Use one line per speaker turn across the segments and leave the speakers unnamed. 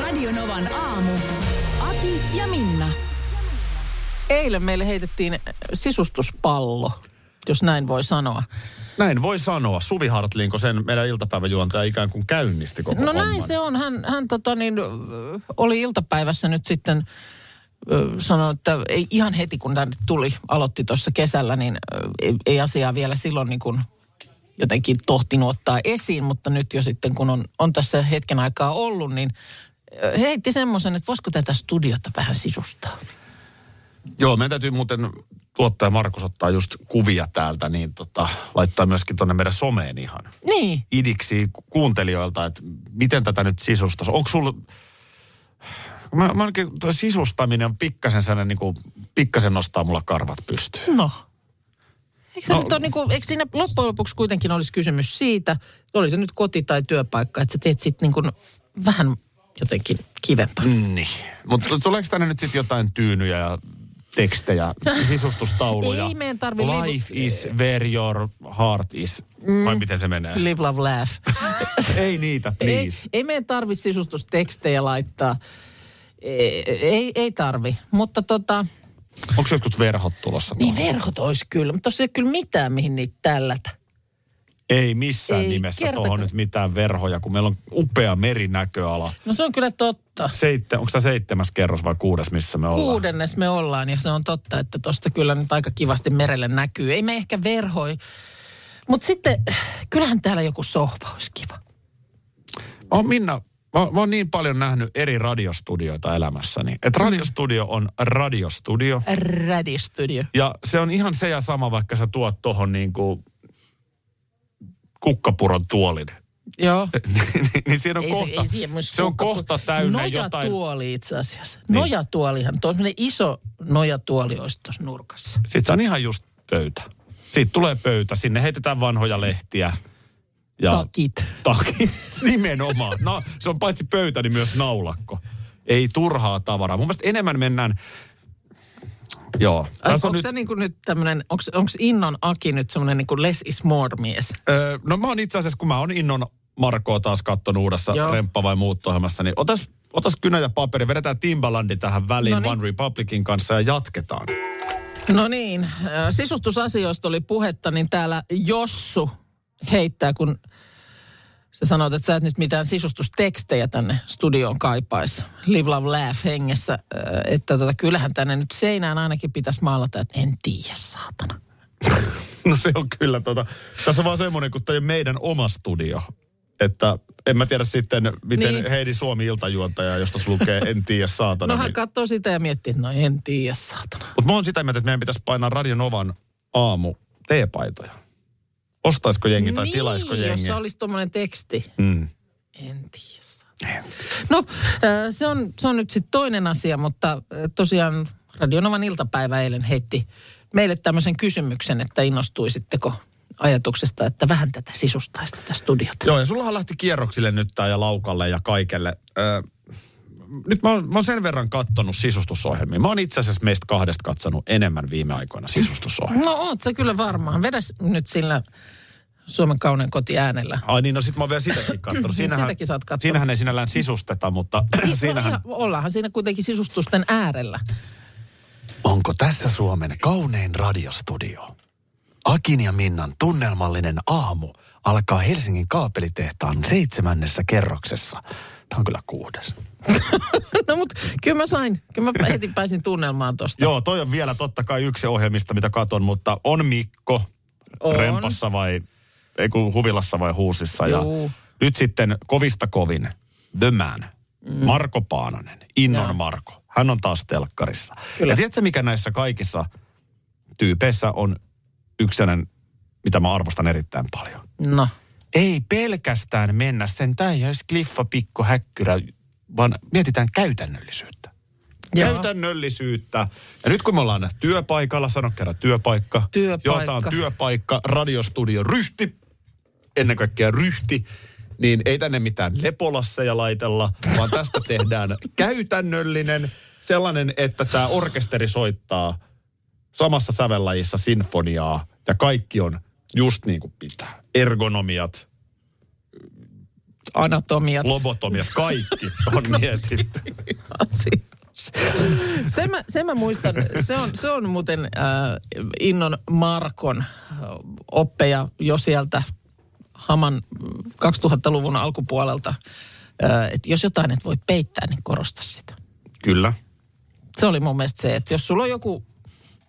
Radionovan aamu. Ati ja Minna.
Eilen meille heitettiin sisustuspallo, jos näin voi sanoa.
Näin voi sanoa. Suvi Hartlinko sen meidän iltapäiväjuontaja ikään kuin käynnisti koko
No
homman.
näin se on. Hän, hän tota niin, oli iltapäivässä nyt sitten ö, sanoi, että ei ihan heti kun tänne tuli, aloitti tuossa kesällä, niin ö, ei, ei asiaa vielä silloin niin kuin jotenkin tohtinut ottaa esiin, mutta nyt jo sitten kun on, on tässä hetken aikaa ollut, niin ö, heitti semmoisen, että voisiko tätä studiota vähän sisustaa.
Joo, meidän täytyy muuten tuottaja Markus ottaa just kuvia täältä, niin tota, laittaa myöskin tuonne meidän someen ihan
Niin,
idiksi ku- kuuntelijoilta, että miten tätä nyt sisustaisi. Onko sulla... Mä, mä ainakin, toi sisustaminen on pikkasen sellainen, niin kuin, pikkasen nostaa mulla karvat pystyyn.
No. Eikö, no.
No.
Nyt on niinku, eikö siinä loppujen lopuksi kuitenkin olisi kysymys siitä, oli se nyt koti tai työpaikka, että sä teet sitten niinku vähän jotenkin kivempaa. Mm.
Niin. Mutta tuleeko tänne nyt sitten jotain tyynyjä ja tekstejä, sisustustauluja?
Ei meidän tarvi liiku-
Life is where your heart is. Mm. Vai miten se menee?
Live, love, laugh.
Ei niitä,
ei,
please.
ei meidän tarvi sisustustekstejä laittaa. Ei, ei, ei tarvi. Mutta tota,
Onko jotkut verhot tulossa?
niin
tuohon?
verhot olisi kyllä, mutta tuossa ei ole kyllä mitään, mihin niitä tällätä.
Ei missään
Ei
ei nimessä
kertakaan.
tuohon nyt mitään verhoja, kun meillä on upea merinäköala.
No se on kyllä totta.
Seitte, onko tämä seitsemäs kerros vai kuudes, missä me ollaan?
Kuudennes me ollaan ja se on totta, että tosta kyllä nyt aika kivasti merelle näkyy. Ei me ehkä verhoi. Mutta sitten kyllähän täällä joku sohva olisi kiva.
Mä oon Minna, mä, mä oon niin paljon nähnyt eri radiostudioita elämässäni.
Mm.
Että radiostudio on radiostudio.
Radistudio.
Ja se on ihan se ja sama, vaikka sä tuot tohon niin kuin kukkapuron tuolin.
Joo.
niin, niin siinä on
Ei
kohta,
ei siihen mun
se on
suokka-
kohta täynnä jotain. Niin.
Nojatuoli itse asiassa. Nojatuolihan, tuo on semmoinen iso nojatuoli olisi tuossa nurkassa.
Sitten se on ihan just pöytä. Siitä tulee pöytä, sinne heitetään vanhoja lehtiä. Ja
Takit.
Taki. Nimenomaan. No, se on paitsi pöytä, niin myös naulakko. Ei turhaa tavaraa. Mun mielestä enemmän mennään... Joo.
Onko
Tässä on
nyt...
nyt,
se niin kuin nyt tämmöinen, onko Innon Aki nyt semmoinen niin kuin less is more mies?
öö, no mä oon itse asiassa, kun mä oon Innon Markoa taas kattonut uudessa
Joo.
Joo. Remppa vai muut ohjelmassa, niin otas, otas kynä ja paperi, vedetään Timbalandi tähän väliin
Noniin.
Noniin. One Republicin kanssa ja jatketaan.
No niin, äh, sisustusasioista oli puhetta, niin täällä Jossu heittää, kun sä sanoit, että sä et nyt mitään sisustustekstejä tänne studioon kaipaisi. Live, love, laugh hengessä, äh, että tota, kyllähän tänne nyt seinään ainakin pitäisi maalata, että en tiedä, saatana.
No se on kyllä tota. Tässä on vaan semmoinen, kun tämä meidän oma studio. Että en mä tiedä sitten, miten
Niin.
niin. Heidi Suomi iltajuontaja, josta se lukee, en tiedä saatana.
No hän
niin-
katsoo sitä ja miettii, että no en tiedä, saatana.
Mutta mä oon sitä mieltä, että meidän pitäisi painaa Radionovan aamu teepaitoja. Ostaisiko jengi tai tilaisiko
niin, jos
jengi?
se olisi tuommoinen teksti.
Mm.
En tiedä. No, äh, se on, se on nyt sitten toinen asia, mutta äh, tosiaan Radionovan iltapäivä eilen heitti meille tämmöisen kysymyksen, että innostuisitteko ajatuksesta, että vähän tätä sisustaisi tätä studiota.
Joo, ja sullahan lähti kierroksille nyt tää ja laukalle ja kaikelle. Öö, nyt mä oon, mä oon sen verran kattonut sisustusohjelmia. Mä oon itse asiassa meistä kahdesta katsonut enemmän viime aikoina sisustusohjelmia.
No oot sä kyllä varmaan. Vedä nyt sillä Suomen kaunein koti äänellä.
Ai niin, no sit mä oon vielä sitäkin kattonut.
Sitäkin sä oot kattonut.
siinähän ei sinällään sisusteta, mutta siinähän...
No, ihan- ollaanhan siinä kuitenkin sisustusten äärellä.
Onko tässä Suomen kaunein radiostudio? Akin ja Minnan tunnelmallinen aamu alkaa Helsingin kaapelitehtaan seitsemännessä kerroksessa. Tämä on kyllä kuudes.
No mut kyllä mä sain, kyllä mä heti pääsin tunnelmaan tosta.
Joo, toi on vielä totta kai yksi ohjelmista, mitä katon, mutta on Mikko
On.
on. rempassa vai, ei kun huvilassa vai huusissa.
Juu.
Ja nyt sitten kovista kovin, The Man, Marko Paananen, Innon
Mm. Joo.
Marko. Hän on taas telkkarissa.
Kyllä.
Ja tiedätkö, mikä näissä kaikissa tyypeissä on yksi sellainen, mitä mä arvostan erittäin paljon?
No.
Ei pelkästään mennä sen, tämä jos kliffa pikku häkkyrä vaan mietitään käytännöllisyyttä. Joo. Käytännöllisyyttä. Ja nyt kun me ollaan työpaikalla, sano kerran työpaikka.
Työpaikka.
Joo, tää on työpaikka, radiostudio ryhti, ennen kaikkea ryhti. Niin ei tänne mitään lepolasseja laitella, vaan tästä tehdään käytännöllinen sellainen, että tämä orkesteri soittaa samassa sävellajissa sinfoniaa ja kaikki on just niin kuin pitää. Ergonomiat,
Anatomiat.
lobotomiat, kaikki on mietitty.
sen, mä, sen mä muistan, se on, se on muuten äh, Innon Markon äh, oppeja jo sieltä Haman mm, 2000-luvun alkupuolelta. Äh, että jos jotain et voi peittää, niin korosta sitä.
Kyllä.
Se oli mun mielestä se, että jos sulla on joku,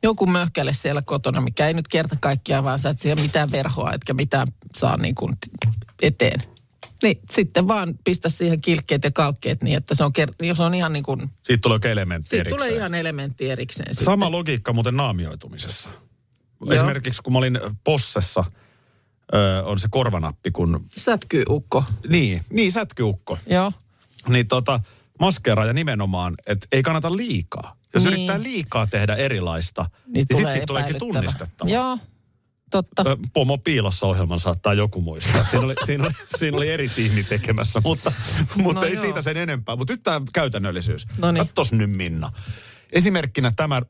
joku möhkäle siellä kotona, mikä ei nyt kerta kaikkiaan, vaan sä et siihen mitään verhoa, etkä mitään saa niin kuin t- eteen. Niin sitten vaan pistä siihen kilkkeet ja kalkkeet niin, että se on, ker- jos on ihan niin kuin
Siitä tulee oikein elementti
Siitä
erikseen.
tulee ihan elementti erikseen. Sitten.
Sama logiikka muuten naamioitumisessa.
Joo.
Joo. Esimerkiksi kun mä olin Possessa, ö, on se korvanappi, kun...
Sätkyy ukko.
Niin, niin sätkyukko.
Joo.
Niin tota, maskeeraaja nimenomaan, että ei kannata liikaa.
Niin.
Jos niin. yrittää liikaa tehdä erilaista, niin, niin sitten siitä tuleekin
epäilyttävä.
tunnistettava.
Joo, totta.
Ö, Pomo piilossa ohjelman saattaa joku muistaa. Siinä oli, siinä oli, siinä oli eri tiimi tekemässä, mutta, mutta
No
no ei
joo.
joo. siitä sen enempää. Mutta nyt tämä käytännöllisyys.
Noniin.
Kattos nyt Minna. Esimerkkinä tämä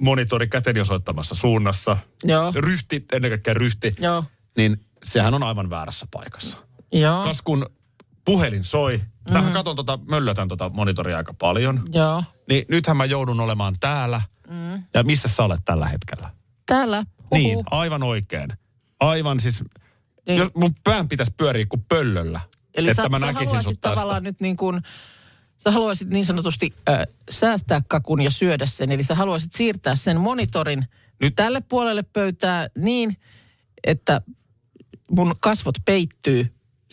monitori käteni osoittamassa suunnassa.
Joo.
Ryhti, ennen kaikkea ryhti.
Joo.
Niin sehän on aivan väärässä paikassa.
Joo,
Kas kun puhelin soi. Mm.
Mm-hmm.
Mähän katon tota, möllötän tota monitoria aika paljon.
joo.
Niin nythän mä joudun olemaan täällä. Mm. Ja missä sä olet tällä hetkellä?
Täällä. Huhu.
Niin, aivan oikein. Aivan siis,
Niin.
jos mun pään pitäisi pyöriä kuin pöllöllä,
Eli
että
sä,
mä
sä
näkisin
haluaisit
sut tästä.
tavallaan nyt niin kuin, sä haluaisit niin sanotusti äh, säästää kakun ja syödä sen. Eli sä haluaisit siirtää sen monitorin nyt.
Nyt-
tälle puolelle pöytää niin, että mun kasvot peittyy.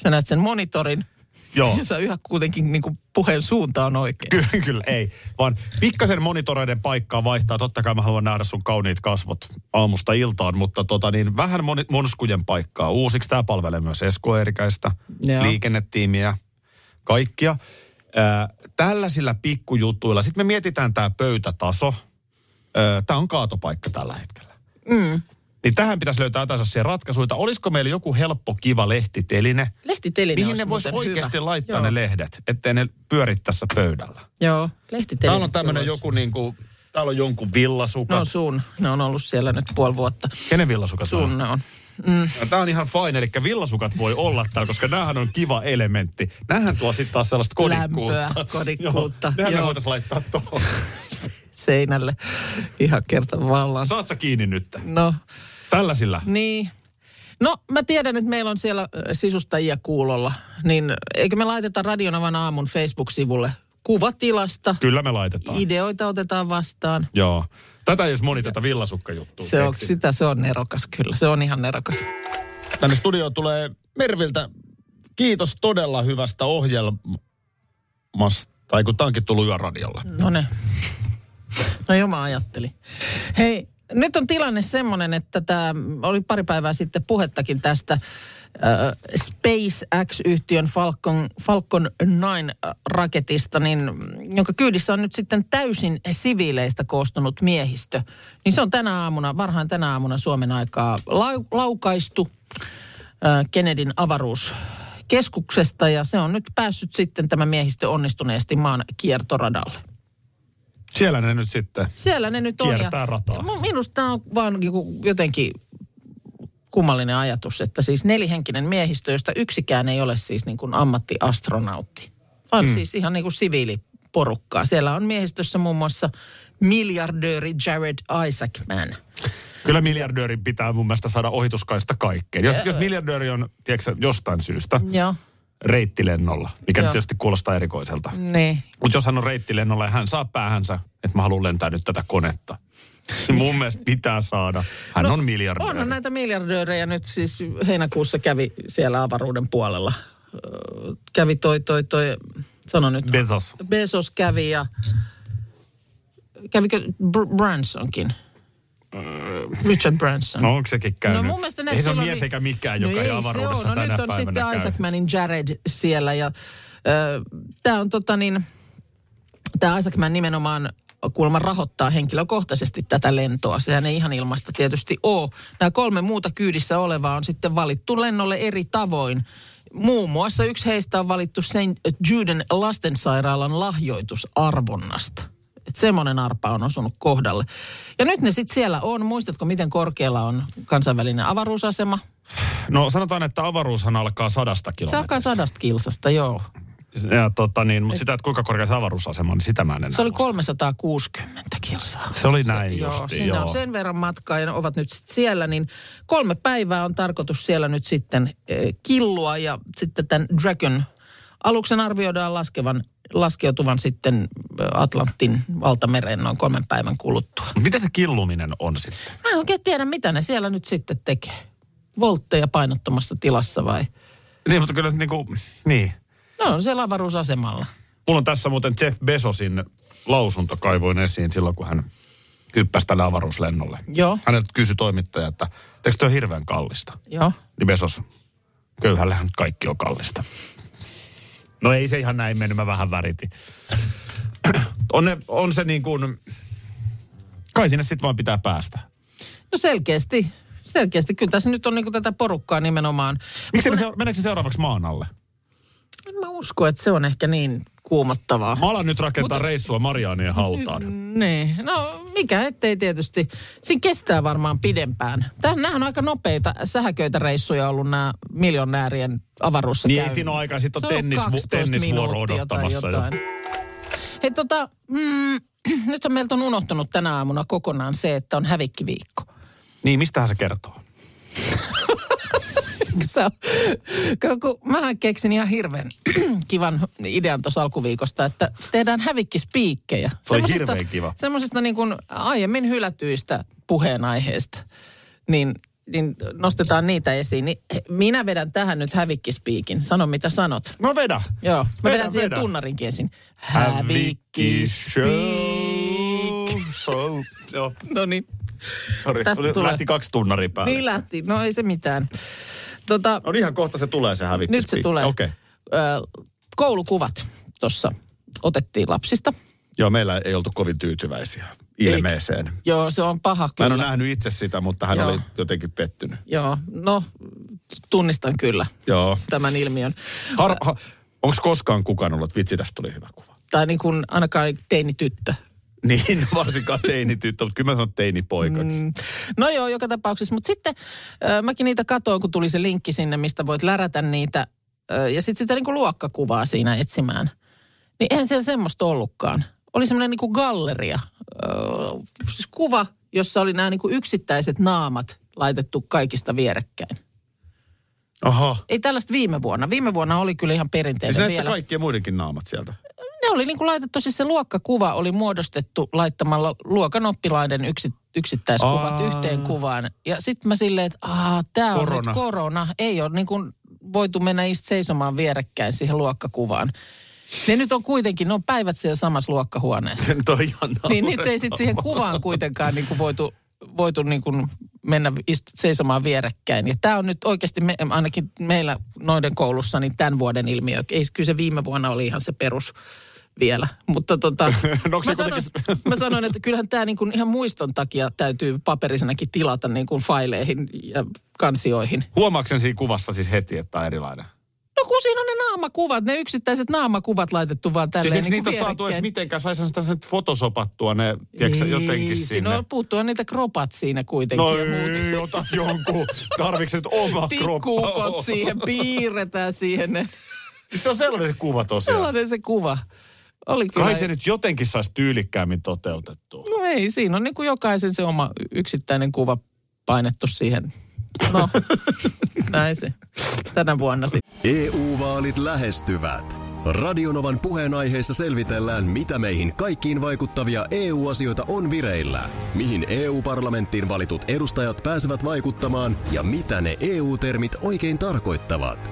Sä näet sen monitorin.
Joo.
Ja sä yhä kuitenkin niin kuin puheen suunta on oikein.
Kyllä, kyllä, ei. Vaan pikkasen monitoreiden paikkaa vaihtaa. Totta kai mä haluan nähdä sun kauniit kasvot aamusta iltaan, mutta tota niin, vähän moni- monskujen paikkaa. Uusiksi tämä palvelee myös Esko Eerikäistä,
Joo.
liikennetiimiä, kaikkia. Ää, tällaisilla pikkujutuilla. Sitten me mietitään tämä pöytätaso. Tämä on kaatopaikka tällä hetkellä. Mm. Niin tähän pitäisi löytää jotain sellaisia ratkaisuja. Olisiko meillä joku helppo, kiva lehtiteline,
Lehtiteline
mihin
olisi
ne vois
muuten
oikeasti
hyvä.
laittaa
Joo.
ne lehdet, ettei ne pyörittäisi tässä pöydällä?
Joo, lehtiteline.
Täällä on tämmöinen
olisi.
joku niinku, täällä on jonkun
Ne
villasukat.
on sun. Ne on ollut siellä nyt puoli vuotta.
Kenen villasukat
No, Sun Mm. ne on.
Tämä on ihan fine, eli villasukat voi olla täällä, koska näähän on kiva elementti. Nämähän tuo sitten taas sellaista kodikkuutta.
Lämpöä, kodikkuutta,
Joo, nehän me
joo.
voitaisiin laittaa tuohon.
Seinälle ihan kerta vallan.
Saat sä kiinni nyt?
No,
Tällaisillä.
niin. No, mä tiedän, että meillä on siellä ö, sisustajia kuulolla. Niin eikö me laiteta Radionavan aamun Facebook-sivulle kuvatilasta?
Kyllä me laitetaan.
Ideoita otetaan vastaan.
Joo. Tätä ei jos moni tätä villasukkajuttua. niin?
Se on,
keksi.
sitä se on nerokas, kyllä. Se on ihan nerokas.
Tänne studioon tulee Merviltä. Kiitos todella hyvästä ohjelmasta. Tai kun tämä onkin tullut yöradiolla.
No ne. No joo, mä ajattelin. Hei, nyt on tilanne semmoinen, että tämä oli pari päivää sitten puhettakin tästä äh, SpaceX-yhtiön Falcon, Falcon 9-raketista, niin, mm, jonka kyydissä on nyt sitten täysin siviileistä koostunut miehistö. Niin se on tänä aamuna, varhain tänä aamuna Suomen aikaa lau, laukaistu äh, Kennedyn avaruuskeskuksesta ja se on nyt päässyt sitten tämä miehistö onnistuneesti maan kiertoradalle.
Siellä ne nyt sitten.
Siellä ne nyt on.
Kiertää
ja,
rataa.
Mu- Minusta tämä on vaan joku- jotenkin kummallinen ajatus, että siis nelihenkinen miehistö, josta yksikään ei ole siis niin kuin ammattiastronautti, vaan mm. siis ihan niin kuin siviiliporukkaa. Siellä on miehistössä muun muassa miljardööri Jared Isaacman.
Kyllä miljardöörin pitää mun mielestä saada ohituskaista kaikkeen. Jos, jos miljardööri on, tiedätkö, jostain syystä
Joo,
reittilennolla, mikä
Joo.
nyt tietysti kuulostaa erikoiselta.
niin.
Mutta jos hän on reittilennolla ja hän saa päähänsä, että mä haluan lentää nyt tätä konetta. Se mun mielestä pitää saada. Hän on miljardööri.
No, Onhan näitä miljardöörejä nyt siis heinäkuussa kävi siellä avaruuden puolella. Öö, Kävi toi, toi, toi, sano nyt.
Bezos.
Bezos kävi ja kävikö Br- Bransonkin? Richard Branson.
Äh, No onko sekin käynyt?
No mun mielestä näin
ei se ole
silloin
mies
ni-
eikä mikään, joka
no
ei
se
avaruudessa
ole. no,
tänä
nyt on
päivänä
sitten
käy.
Isaacmanin Jared siellä ja Tämä on tota niin, tämä Isaac Mann nimenomaan kuulemma rahoittaa henkilökohtaisesti tätä lentoa. Sehän ei ihan ilmasta tietysti ole. Nämä kolme muuta kyydissä olevaa on sitten valittu lennolle eri tavoin. Muun muassa yksi heistä on valittu St. Juden lastensairaalan lahjoitusarvonnasta. Et semmoinen arpa on osunut kohdalle. Ja nyt ne sitten siellä on. Muistatko, miten korkealla on kansainvälinen avaruusasema?
No sanotaan, että avaruushan alkaa sadasta
Se alkaa
kilometristä.
sadasta kilsasta, joo.
Ja, tota, niin, mutta sitä, että kuinka korkea se avaruusasema on, niin sitä mä en enää
Se oli
muista.
360 kilsaa.
Se oli näin
joo,
justiin,
siinä
joo.
on sen verran matkaa ja ne ovat nyt sit siellä, niin kolme päivää on tarkoitus siellä nyt sitten eh, killua ja sitten tämän Dragon aluksen arvioidaan laskevan, laskeutuvan sitten eh, Atlantin valtamereen noin kolmen päivän kuluttua.
Mitä se killuminen on sitten?
Mä en oikein tiedä, mitä ne siellä nyt sitten tekee. Voltteja painottomassa tilassa vai?
Niin, mutta kyllä niin kuin, niin.
No on siellä avaruusasemalla.
Mulla on tässä muuten Jeff Besosin lausunto kaivoin esiin silloin, kun hän hyppäsi tälle avaruuslennolle.
Joo.
Häneltä kysyi toimittaja, että eikö työ hirveän kallista?
Joo.
Niin Besos, köyhällähän nyt kaikki on kallista. No ei se ihan näin mennyt, mä vähän väritin. on, ne, on se niin kuin, kai sinne sitten vaan pitää päästä.
No selkeästi. Selkeästi. Kyllä tässä nyt on niinku tätä porukkaa nimenomaan.
Miksi ne... seura- meneekö se seuraavaksi maan alle?
En mä usko, että se on ehkä niin kuumottavaa.
Mä alan nyt rakentaa Mutta... reissua Mariaanien hautaan.
Niin, no mikä ettei tietysti. Siinä kestää varmaan pidempään. Tämähän on aika nopeita sähäköitä reissuja ollut nämä miljonäärien avaruudessa
Niin ei
käynyt.
siinä ole aikaa, sit on
Se ollut
tennis-
12
tennisvuoro
minuuttia tai
odottamassa jo.
jotain. Hei tota, mm, nyt on meiltä on unohtunut tänä aamuna kokonaan se, että on hävikkiviikko.
Niin, mistähän se kertoo?
Sä, kun- kun mähän keksin ihan hirveän kivan idean tuossa alkuviikosta, että tehdään hävikkispiikkejä.
Se oli
Semmosista-
hirveän kiva.
Semmoisista niin kuin aiemmin hylätyistä puheenaiheista, niin, niin nostetaan niitä esiin. Niin minä vedän tähän nyt hävikkispiikin. Sano mitä sanot.
No vedä.
Joo, mä
Vedä,
vedän, vedän siihen
vedä.
tunnarinkin esiin.
Hävikki show. Joo,
No niin,
sorry.
Tästä
Oli-
tulee.
Lähti kaksi tunnaria päälle.
niin lähti. No ei se mitään. Tota,
No niin, ihan kohta se tulee se hävikki.
Nyt se tulee.
niin, Okei. Okay.
Ö, koulukuvat tuossa otettiin lapsista.
Joo, meillä ei oltu kovin tyytyväisiä ilmeeseen.
Joo, se on paha
Mä
kyllä.
en ole nähnyt itse sitä, mutta hän
Joo.
Joo. oli jotenkin pettynyt.
Joo, no tunnistan kyllä
Joo.
tämän ilmiön.
Har, ha, Onko koskaan kukaan ollut, että vitsi, tästä tuli hyvä kuva?
Tai niin kuin ainakaan teinityttö.
Niin, varsinkaan teinityttö, mutta kyllä mä sanon teinipoikakin. Mm.
No joo, joka tapauksessa. Mutta sitten ö, mäkin niitä katoin, kun tuli se linkki sinne, mistä voit lärätä niitä. Ö, ja sitten sitä niin kuin luokkakuvaa siinä etsimään. Niin eihän siellä semmoista ollutkaan. Oli semmoinen niin kuin galleria. Ö, siis kuva, jossa oli nämä niin kuin yksittäiset naamat laitettu kaikista vierekkäin.
Aha.
Ei tällaista viime vuonna. Viime vuonna oli kyllä ihan perinteinen
Siis näet sä
vielä.
kaikkien muidenkin naamat sieltä?
ne oli niin kuin laitettu, siis se luokkakuva oli muodostettu laittamalla luokan oppilaiden yksi, yksittäiskuvat
Aa.
Aa. yhteen kuvaan. Ja sitten mä silleen, että aah, tää on
Korona.
nyt korona. Ei ole niin kuin voitu mennä ist seisomaan vierekkäin siihen luokkakuvaan. Ne nyt on kuitenkin, ne on päivät siellä samassa luokkahuoneessa.
Se nyt on ihan
Niin niitä ei sitten siihen kuvaan kuitenkaan niin kuin voitu, voitu niin kuin mennä istu, seisomaan vierekkäin. Ja tämä on nyt oikeasti me, ainakin meillä noiden koulussa niin tämän vuoden ilmiö. Ei, kyllä se viime vuonna oli ihan se perus vielä. Mutta tota,
onko No se
mä, sanoin, mä sanoin, että kyllähän tämä niin kuin ihan muiston takia täytyy paperisenakin tilata niin kuin faileihin ja kansioihin.
Huomaaksen siinä kuvassa siis heti, että on erilainen? Siis
No kun siinä on ne naamakuvat, ne yksittäiset naamakuvat laitettu vaan tälleen
Siis eikö
niin kuin
niitä saatu edes
vierekkäin.
mitenkään? Saisin sitä nyt fotosopattua ne, tiedätkö,
Ei,
jotenkin
Siinä
sinne.
on puuttua niitä kropat siinä kuitenkin
No
Niin, ja muut.
ei, ota jonkun. Tarvitset nyt oma
Pikkuukot
kroppa?
siihen, piirretään siihen. ne.
Siis Se on sellainen se kuva tosiaan.
Sellainen se kuva. Oli kyllä.
Kai se nyt jotenkin saisi tyylikkäämmin toteutettua.
No ei, siinä on niin kuin jokaisen se oma yksittäinen kuva painettu siihen. No, näin se. Tänä vuonna sitten.
EU-vaalit E lähestyvät. Radionovan puheenaiheessa selvitellään, mitä meihin kaikkiin vaikuttavia EU-asioita on vireillä, mihin EU-parlamenttiin valitut edustajat pääsevät vaikuttamaan ja mitä ne EU-termit oikein tarkoittavat.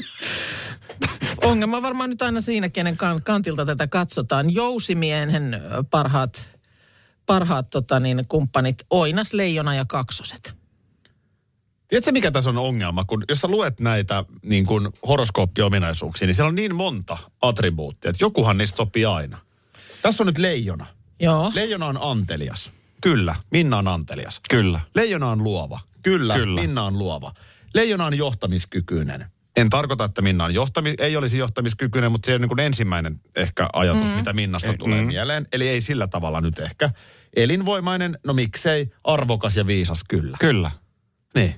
Ongelma varmaan nyt aina siinä, kenen kan- kantilta tätä katsotaan. Jousimiehen ö, parhaat, parhaat tota niin, kumppanit, oinas, leijona ja kaksoset.
Tiedätkö mikä tässä on ongelma, kun jos sä luet näitä niin kuin horoskooppiominaisuuksia, niin siellä on niin monta attribuuttia, että jokuhan niistä sopii aina. Tässä on nyt leijona.
Joo.
Leijona on antelias. Kyllä, Minna on antelias.
kyllä.
Leijona on luova. Kyllä,
Kyllä.
Kyllä. Minna on luova. Leijona on johtamiskykyinen. En tarkoita, että Minna on johtami, ei olisi johtamiskykyinen, mutta se on niin kuin ensimmäinen ehkä ajatus, mm. mitä Minnasta ei, tulee mm. mieleen. Eli ei sillä tavalla nyt ehkä. Elinvoimainen, no miksei, arvokas ja viisas kyllä.
Kyllä.
Niin.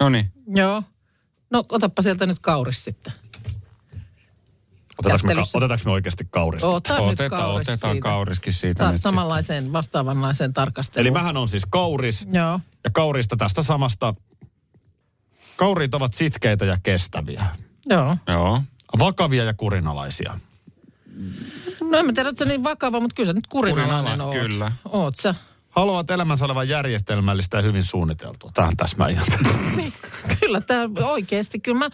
No niin.
Joo. No, otappa sieltä nyt kauris sitten.
Otetaanko me, ka-
Jatkelyssä.
otetaanko me oikeasti kaurista?
Ota nyt
Oteta,
kauris
otetaan
siitä.
kauriskin siitä.
Ta-
nyt
samanlaiseen, vastaavanlaiseen tarkasteluun.
Eli mähän on siis kauris.
Joo.
Ja kaurista tästä samasta. Kaurit ovat sitkeitä ja kestäviä.
Joo.
sitten. Joo.
Vakavia ja kurinalaisia.
No en mä tiedä, että se niin vakava, mutta kyllä sä nyt kurinalainen
Kurinala-
oot.
kyllä.
Oot sä.
Haluavat elämänsä olevan järjestelmällistä ja hyvin suunniteltua. Tähän täsmäiltä.
Kyllä tämä oikeasti, kyllä mä,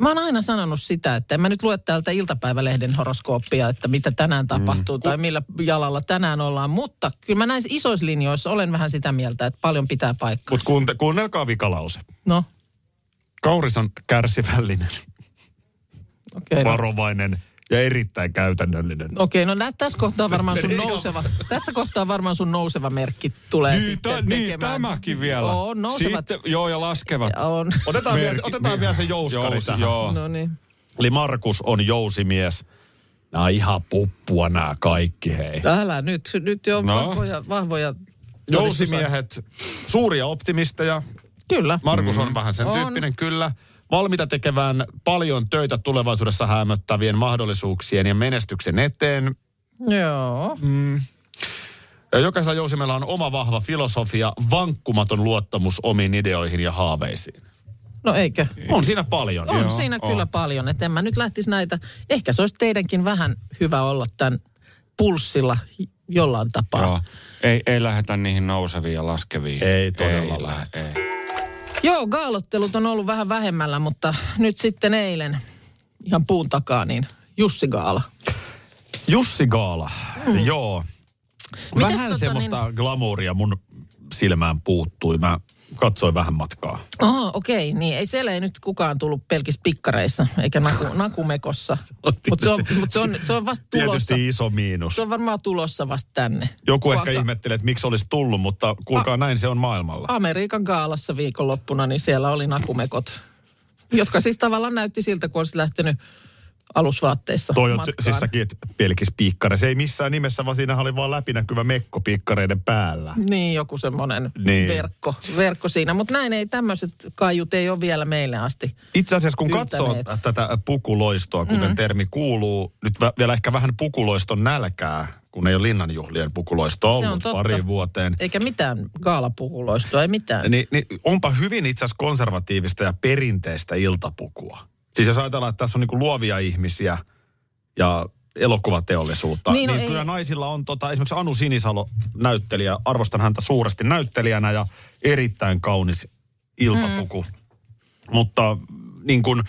mä oon aina sanonut sitä, että en mä nyt lue täältä iltapäivälehden horoskooppia, että mitä tänään tapahtuu mm. tai millä jalalla tänään ollaan, mutta kyllä mä näissä isoissa linjoissa olen vähän sitä mieltä, että paljon pitää paikkaa.
Mutta kuunte- kuunnelkaa vikalause.
No,
Kauris on kärsivällinen,
okei. Okay, no.
varovainen ja erittäin käytännöllinen.
Okei, no nä, tässä kohtaa varmaan sun nouseva, tässä kohtaa varmaan sun nouseva merkki tulee
Niin,
sitten
tä,
tekemään.
niin, tämäkin vielä.
On, nousevat.
Sitten, joo, ja laskevat.
On.
Otetaan, vielä,
Merkki-
otetaan vielä se jouskari
Jous,
tähän.
joo.
No niin.
Eli Markus on jousimies. Nämä on ihan puppua nämä kaikki, hei.
Älä nyt, nyt jo
No.
no. vahvoja, vahvoja
Jousimiehet, suuria optimisteja.
Kyllä.
Markus on vähän sen
On.
tyyppinen, kyllä. Valmiita tekevään paljon töitä tulevaisuudessa hämöttävien mahdollisuuksien ja menestyksen eteen.
Joo.
Ja Jokaisella jousimella on oma vahva filosofia, vankkumaton luottamus omiin ideoihin ja haaveisiin.
No eikö?
On siinä paljon.
On
Joo,
Joo, siinä
on.
on. kyllä paljon, että en mä nyt lähtisi näitä. Ehkä se olisi teidänkin vähän hyvä olla tämän pulssilla jollain tapaa. Joo,
Joo. Ei, ei lähetä niihin nouseviin ja laskeviin.
Ei todella
lä-
lähetä.
ei.
Joo gaalottelut on ollut vähän vähemmällä, mutta nyt sitten eilen ihan puun takaa, niin Jussi Gaala.
Jussi Gaala, mm. joo.
Mitäs
vähän
tota
semmoista niin... glamouria mun silmään puuttui. Mä katsoin vähän matkaa.
Aa, okei, niin ei siellä ei nyt kukaan tullut pelkissä pikkareissa, eikä naku, nakumekossa.
Otti
Mutta se, on, mut se, on, se on vasta tulossa.
Tietysti iso miinus.
Se on varmaan tulossa vasta tänne.
Joku ehkä
Kuinka-
ihmettelee, että miksi olisi tullut, mutta kuulkaa näin se on maailmalla.
Amerikan gaalassa viikonloppuna, niin siellä oli nakumekot, jotka siis tavallaan näytti siltä, kun olisi lähtenyt alusvaatteissa
Toi on,
matkaan.
siis säkin et pelkis piikkare. Se ei missään nimessä, vaan siinä oli vaan läpinäkyvä mekko piikkareiden päällä.
Niin, joku semmoinen
Niin.
niin. verkko, verkko siinä. Mutta näin ei, tämmöiset kaiut ei ole vielä meille asti.
Itse asiassa kun katsoo
Pyytäneet.
tätä pukuloistoa, kuten mm. termi kuuluu, nyt vä- vielä ehkä vähän pukuloiston nälkää, kun ei ole linnanjuhlien pukuloisto
on
ollut
totta.
pari vuoteen.
Eikä mitään gaalapukuloistoa, ei mitään.
Ni, niin onpa hyvin itse asiassa konservatiivista ja perinteistä iltapukua. Siis jos ajatellaan, että tässä on niinku luovia ihmisiä ja elokuvateollisuutta, niin,
Niin, no
niin
ei-
kyllä naisilla on tota, esimerkiksi Anu Sinisalo näyttelijä, arvostan häntä suuresti näyttelijänä ja erittäin kaunis iltapuku. Mm. Mutta niin kuin,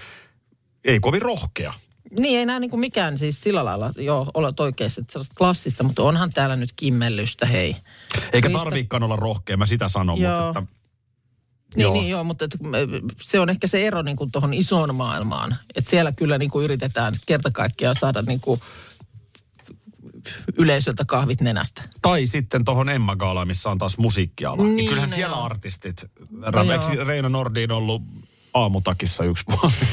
ei kovin rohkea.
Niin, ei näe niin kuin mikään siis sillä lailla, joo, olet oikeassa, että sellaista klassista, mutta onhan täällä nyt kimmellystä, hei.
Eikä
Niistä-
tarviikaan olla rohkea, mä sitä sanon,
Joo.
mutta että
Niin,
Joo.
joo. niin joo, mutta et, m- se on ehkä se ero niin kuin tuohon isoon maailmaan. Että siellä kyllä niin kuin yritetään kerta kaikkiaan saada niin kuin yleisöltä kahvit nenästä.
Tai sitten tuohon Emma Gaalaan, missä on taas musiikkiala. Niin,
Niin,
kyllähän
no
siellä
joo. No
artistit. Rameksi
joo.
Reino Nordin ollut aamutakissa yksi vuosi.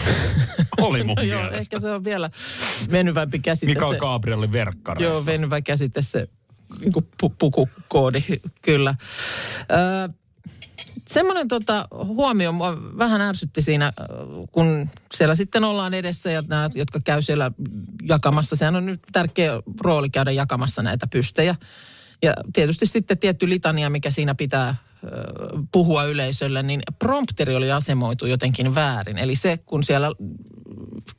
Oli mun
No joo,
mielestä.
ehkä se on vielä venyvämpi käsite
Mika
se.
Gabrielin verkkareissa.
Joo, venyvä käsite se niin kuin pu- pukukoodi, kyllä. Öö, semmoinen tota, huomio mua vähän ärsytti siinä, ö, kun siellä sitten ollaan edessä ja nämä, jotka käy siellä jakamassa. Sehän on nyt tärkeä rooli käydä jakamassa näitä pystejä. Ja tietysti sitten tietty litania, mikä siinä pitää ö, puhua yleisölle, niin prompteri oli asemoitu jotenkin väärin. Eli se, kun siellä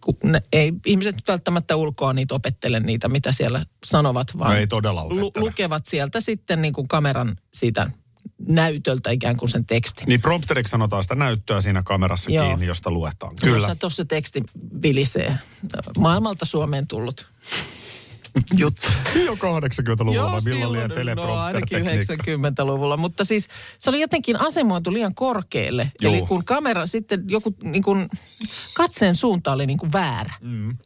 kun ne, ei ihmiset välttämättä ulkoa niitä opettele niitä, mitä siellä sanovat, vaan
No ei todella opettele.
lukevat sieltä sitten niin kuin kameran siitä näytöltä ikään kuin sen tekstin.
Niin prompteriksi sanotaan sitä näyttöä siinä kamerassa
Joo.
kiinni, josta luetaan.
Tuossa, tuossa teksti vilisee. Maailmalta Suomeen tullut juttu.
Jo 80-luvulla, milloin liian
no ainakin
teleprompter-tekniikka.
90-luvulla, mutta siis se oli jotenkin asemoitu liian korkealle.
Juu.
Eli kun kamera sitten joku niin kuin, katseen suunta oli niin kuin väärä. Mm.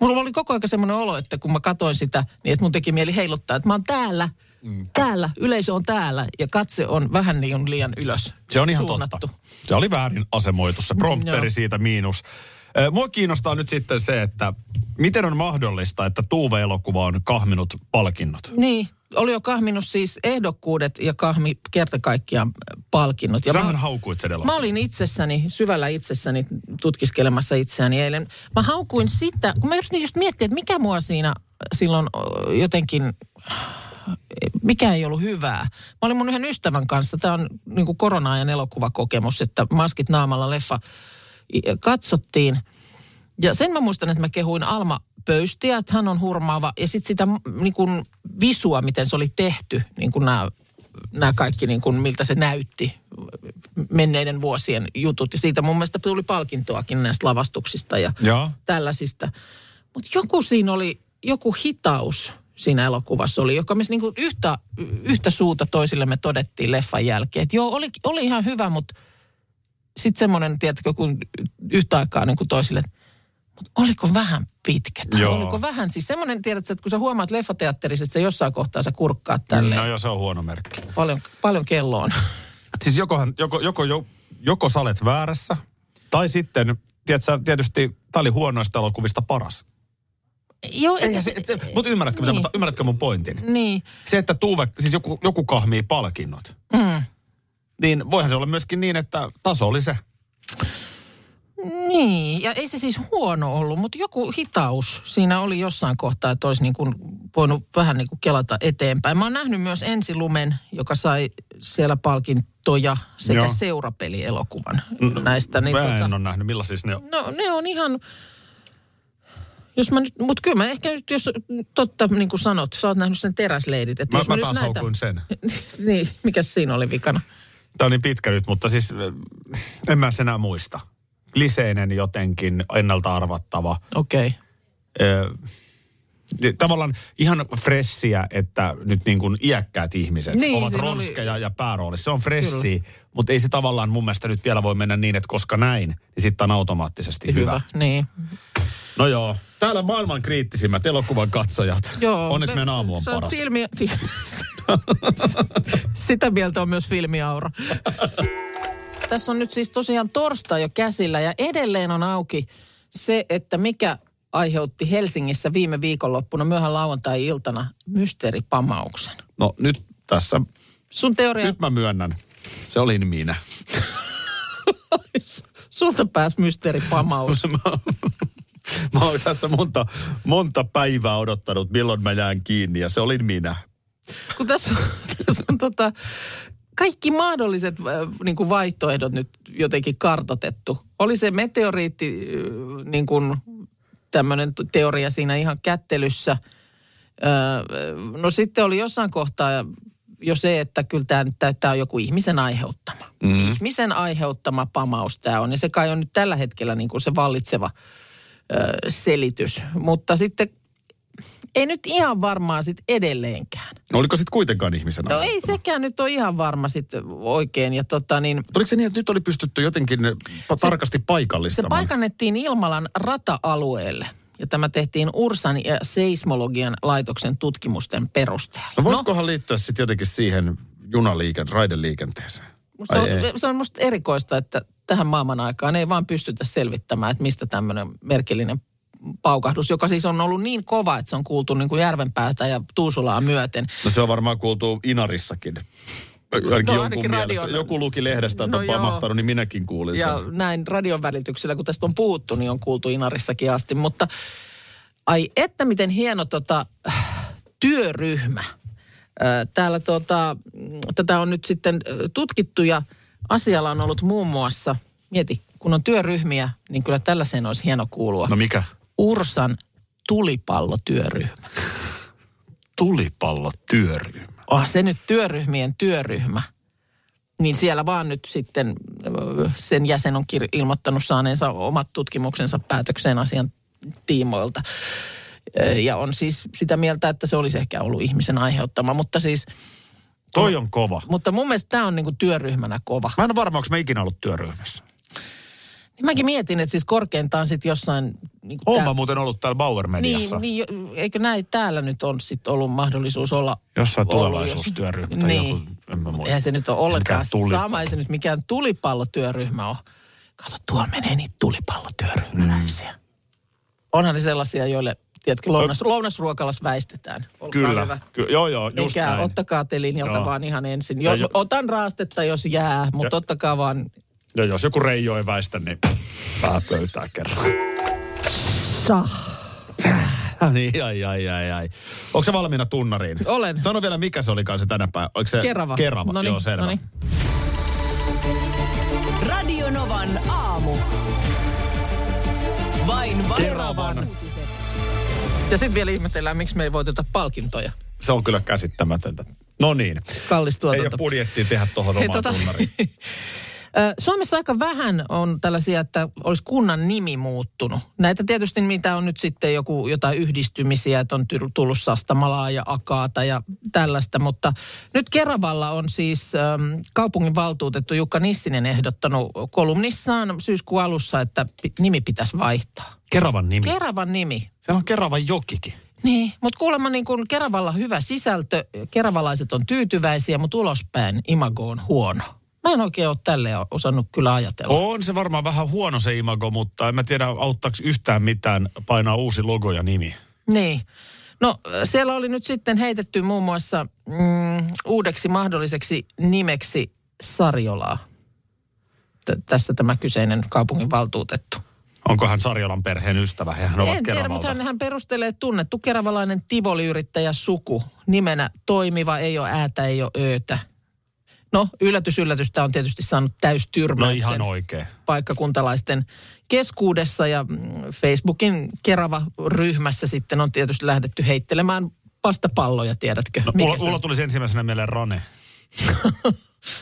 Mulla oli koko ajan semmoinen olo, että kun mä katsoin sitä, niin että mun teki mieli heiluttaa, että mä oon täällä, mm. täällä, yleisö on täällä ja katse on vähän niin liian ylös
Se on ihan
suunnattu.
totta. Se oli väärin asemoitu, se prompteri
joo.
siitä miinus. Ö, Mua kiinnostaa nyt sitten se, että miten on mahdollista, että Tuuve-elokuva on kahminut palkinnot.
Niin, oli jo kahminut siis ehdokkuudet ja kahmi kerta kaikkiaan äh, palkinnot. Ja
Sähän
mä-
haukuit sen elokuvan.
Mä olin itsessäni, syvällä itsessäni tutkiskelemassa itseäni eilen. Mä haukuin sitä, kun mä yritin just miettiä, että mikä mua siinä silloin ö, jotenkin, mikä ei ollut hyvää. Mä olin mun yhden ystävän kanssa, tämä on niin kuin korona-ajan elokuvakokemus, että maskit naamalla leffa i- katsottiin. Ja sen mä muistan, että mä kehuin Alma Pöystiä, että hän on hurmaava. Ja sitten sitä mm, niin kuin visua, miten se oli tehty, niin kuin nämä, nämä kaikki, niin kuin miltä se näytti menneiden vuosien jutut. Ja siitä mun mielestä tuli palkintoakin näistä lavastuksista ja
Joo.
tällaisista. Mutta joku siinä oli, joku hitaus siinä elokuvassa oli, joka me niinku yhtä, yhtä suuta toisillemme todettiin leffan jälkeen. Että joo, oli, oli ihan hyvä, mutta sitten semmoinen, tiedätkö, kun yhtä aikaa niin kuin toisille, mutta oliko vähän pitkä? Tai
Joo.
oliko vähän, siis semmoinen, tiedätkö, että kun sä huomaat leffateatterissa, että sä jossain kohtaa sä kurkkaat tälleen.
No joo, se on huono merkki.
Paljon, paljon kello on.
Siis jokohan, joko, joko, jo- joko sä olet väärässä, tai sitten, tiedätkö, tietysti tämä oli huonoista elokuvista paras.
joo,
Eihän se, et, mutta ymmärrätkö, niin.
Niin.
mitä, mä- ymmärrätkö mun pointin?
Niin,
se, että Tuuve, siis joku, joku kahmii palkinnot, mm. niin voihan se olla myöskin niin, että taso oli se.
niin. Ja ei se siis huono ollut, mutta joku hitaus siinä oli jossain kohtaa, että olisi niin kuin voinut vähän niin kuin kelata eteenpäin. Mä oon nähnyt myös Ensilumen, joka sai siellä palkintoja sekä
Joo.
Joo. seurapelielokuvan näistä.
Niin,
Niin
Mä en
tota-
ole nähnyt, millaisia ne on.
No ne on ihan, jos mä nyt, mutta kyllä mä ehkä nyt, jos totta niin kuin sanot, sä oot nähnyt sen teräsleidit. Että
Mä,
jos
mä
nyt
taas
näitä-
haukuin sen.
niin, mikä siinä oli vikana?
Tämä on niin pitkä nyt, mutta siis äh, en mä sen enää muista. Liseinen jotenkin, ennalta arvattava.
Okei. Okay.
Ö, tavallaan ihan fressiä, että nyt niin kuin iäkkäät ihmiset
Niin,
niin, ovat
siinä oli-
ronskeja oli... ja pääroolissa. Se on fressi, mutta ei se tavallaan mun mielestä nyt vielä voi mennä niin, että koska näin, niin sitten on automaattisesti hyvä. hyvä.
Niin.
No joo. Täällä maailman kriittisimmät elokuvan katsojat.
Joo.
Onneksi
Me-
meidän aamu on
se
paras.
Filmi, fi- sitä mieltä on myös filmiaura. Tässä on nyt siis tosiaan torstai jo käsillä ja edelleen on auki se, että mikä aiheutti Helsingissä viime viikonloppuna myöhään lauantai-iltana mysteeripamauksen.
No nyt tässä,
Sun teoria
nyt mä myönnän. Se olin minä.
Sulta pääsi mysteeripamaus.
Mä oon tässä monta, monta päivää odottanut, milloin mä jään kiinni ja se olin minä.
Kun tässä on, tässä on tota, kaikki mahdolliset äh, niin kuin vaihtoehdot nyt jotenkin kartotettu. Oli se meteoriitti äh, niin kuin tämmöinen t- teoria siinä ihan kättelyssä. Öö, No sitten oli jossain kohtaa jo se, että kyllä tämä nyt täyttää joku ihmisen aiheuttama. Mm. Ihmisen aiheuttama pamaus tämä on. Ja se kai on nyt tällä hetkellä niin kuin se vallitseva äh, ö, selitys. Mutta sitten ei nyt ihan varmaan sit edelleenkään.
No oliko sitten kuitenkaan ihmisenä?
No ei sekään nyt ole ihan varma sitten oikein. Ja tota niin,
Oliko se niin, että nyt oli pystytty jotenkin pa- tarkasti
se
paikallistamaan?
paikannettiin Ilmalan rata-alueelle. Ja tämä tehtiin Ursan ja seismologian laitoksen tutkimusten perusteella.
No voisikohan liittyä sitten jotenkin siihen junaliiken, raideliikenteeseen?
No, Musta
Ai
on,
ei.
se on musta erikoista, että tähän maailman aikaan ei vaan pystytä selvittämään, että mistä tämmöinen merkillinen paukahdus, joka siis on ollut niin kova, että se on kuultu niin kuin Järvenpäätä ja Tuusulaa myöten.
No se on varmaan kuultu Inarissakin. Ainakin
No,
no,
ainakin
jonkun mielestä.
radion-
Joku luki lehdestä, että
No
no on
joo.
pamahtanut, niin minäkin kuulin
Ja
sen.
näin radion välityksellä, kun tästä on puhuttu, niin on kuultu Inarissakin asti. Mutta ai että miten hieno tota, työryhmä. Ö, Täällä tota, mm, tätä on nyt sitten ö, tutkittu ja asialla on ollut muun muassa, mieti, kun on työryhmiä, niin kyllä tällaiseen olisi hieno kuulua.
No mikä?
Ursan tulipallotyöryhmä.
Tulipallotyöryhmä.
Oh, se nyt työryhmien työryhmä. Niin siellä vaan nyt sitten öö, sen jäsen on kir- ilmoittanut saaneensa omat tutkimuksensa päätökseen asian tiimoilta. Öö, Ja on siis sitä mieltä, että se olisi ehkä ollut ihmisen aiheuttama. Mutta siis,
Toi on kova.
mutta mun mielestä tämä on niinku työryhmänä kova.
Mä en ole varma, onko mä ikinä ollut työryhmässä.
Niin Mäkin mietin, että siis korkeintaan sitten jossain... Niinku
Oon
tää-
mä muuten ollut täällä Bauer Mediassa.
niin, niin, jo- eikö näin täällä nyt on sit ollut mahdollisuus olla
Jossain
ollut
tulevaisuustyöryhmä tai joku, en mä muista.
Niin. Eihän se nyt ole ollenkaan
mikään tulipallo.
sama, ei se nyt mikään tulipallotyöryhmä ole. Kato, tuolla menee niitä tulipallotyöryhmäläisiä. Mm. Onhan ne sellaisia, joille, tiedätkö, lounas, lounasruokalas väistetään. Olkaa
Kyllä,
hyvä.
Ky- joo joo, just
Eikä
näin.
ottakaa te linjalta
Joo.
vaan ihan ensin.
Ja
Jo,
jo-
otan raastetta, jos jää, mutta ottakaa vaan
Ja jos joku Reijo ei väistä, niin pää pöytää kerran.
sah.
niin, ai, ai, ai, ai. Onko se valmiina tunnariin?
Olen.
Sano vielä, mikä se olikaan se tänä päivänä. Oliko se
Kerava. No niin,
Kerava,
Noniin,
joo selvä.
noniin.
Radio Novan aamu. Vain
Keravan.
vaivan uutiset.
Ja sitten vielä ihmetellään, miksi me ei voiteta palkintoja.
Se on kyllä käsittämätöntä. No niin.
Kallis
Ei ole
tuotanto.
budjettia tehdä tuohon
tota- Hei,
omaan tota...
tota-
tunnariin.
Ö, Suomessa aika vähän on tällaisia, että olisi kunnan nimi muuttunut. Näitä tietysti, mitä on nyt sitten joku, jotain yhdistymisiä, että on tyr- tullut Sastamalaa ja Akaata ja tällaista, mutta nyt Keravalla on siis äm, kaupungin valtuutettu Jukka Nissinen ehdottanut kolumnissaan syyskuun alussa, että pi- nimi pitäisi vaihtaa.
Keravan nimi. Ker-
Keravan nimi.
Siellä on Keravan jokikin.
Niin, mutta kuulemma niin kun Keravalla hyvä sisältö, keravalaiset on tyytyväisiä, mutta ulospäin imago on huono. Mä en oikein ole tälle osannut kyllä ajatella.
On se varmaan vähän huono se imago, mutta en mä tiedä auttaako yhtään mitään painaa uusi logo ja nimi.
Niin. No siellä oli nyt sitten heitetty muun muassa mm, uudeksi mahdolliseksi nimeksi Sarjolaa. T- tässä tämä kyseinen kaupungin valtuutettu.
Onko hän Sarjolan perheen ystävä? Hehän ovat
en tiedä, mutta
Keravalta.
hän, hän perustelee tunnettu keravalainen tivoliyrittäjä suku. Nimenä toimiva, ei ole äätä, ei ole öötä. No yllätys, yllätys, tämä on tietysti saanut
No
täystyrmäyksen.
ihan oikein.
paikkakuntalaisten keskuudessa ja mm, Facebookin Kerava-ryhmässä sitten on tietysti lähdetty heittelemään vastapalloja, tiedätkö?
No,
Mikä
mulla,
se-
mulla tulisi ensimmäisenä mieleen Rane.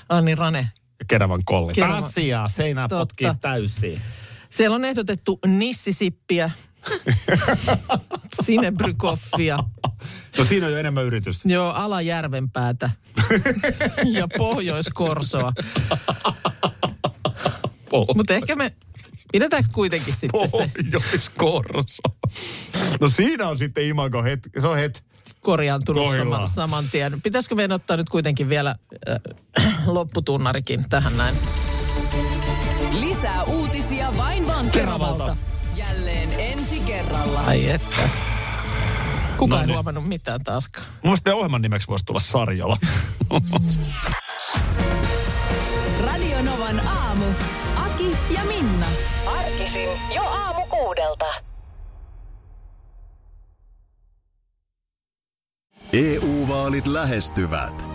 Anni Rane.
Keravan kolli.
Kerava-
Tassia, seinää
Totta.
potkii täysiin.
Siellä on ehdotettu nissisippiä, sinebrykoffia,
No siinä on jo enemmän yritystä.
joo, alajärvenpäätä ja pohjoiskorsoa. Mutta ehkä me pidetään kuitenkin sitten se
Pohjoiskorso. No siinä on sitten imago hetki. Se on hetki.
korjaantunut sama,
Kohdillaan.
saman tien. Pitäisikö meidän ottaa nyt kuitenkin vielä äh, lopputunnarikin tähän näin?
Lisää uutisia vain vaan Keravalta. Jälleen ensi kerralla.
Ai että. Kuka
No
no ei
niin.
huomannut mitään taaskaan.
Mun mielestä meidän ohjelman nimeksi voisi tulla Sarjola.
Radio Novan aamu. Aki ja Minna. Arkisin jo aamu kuudelta.
EU-vaalit E lähestyvät.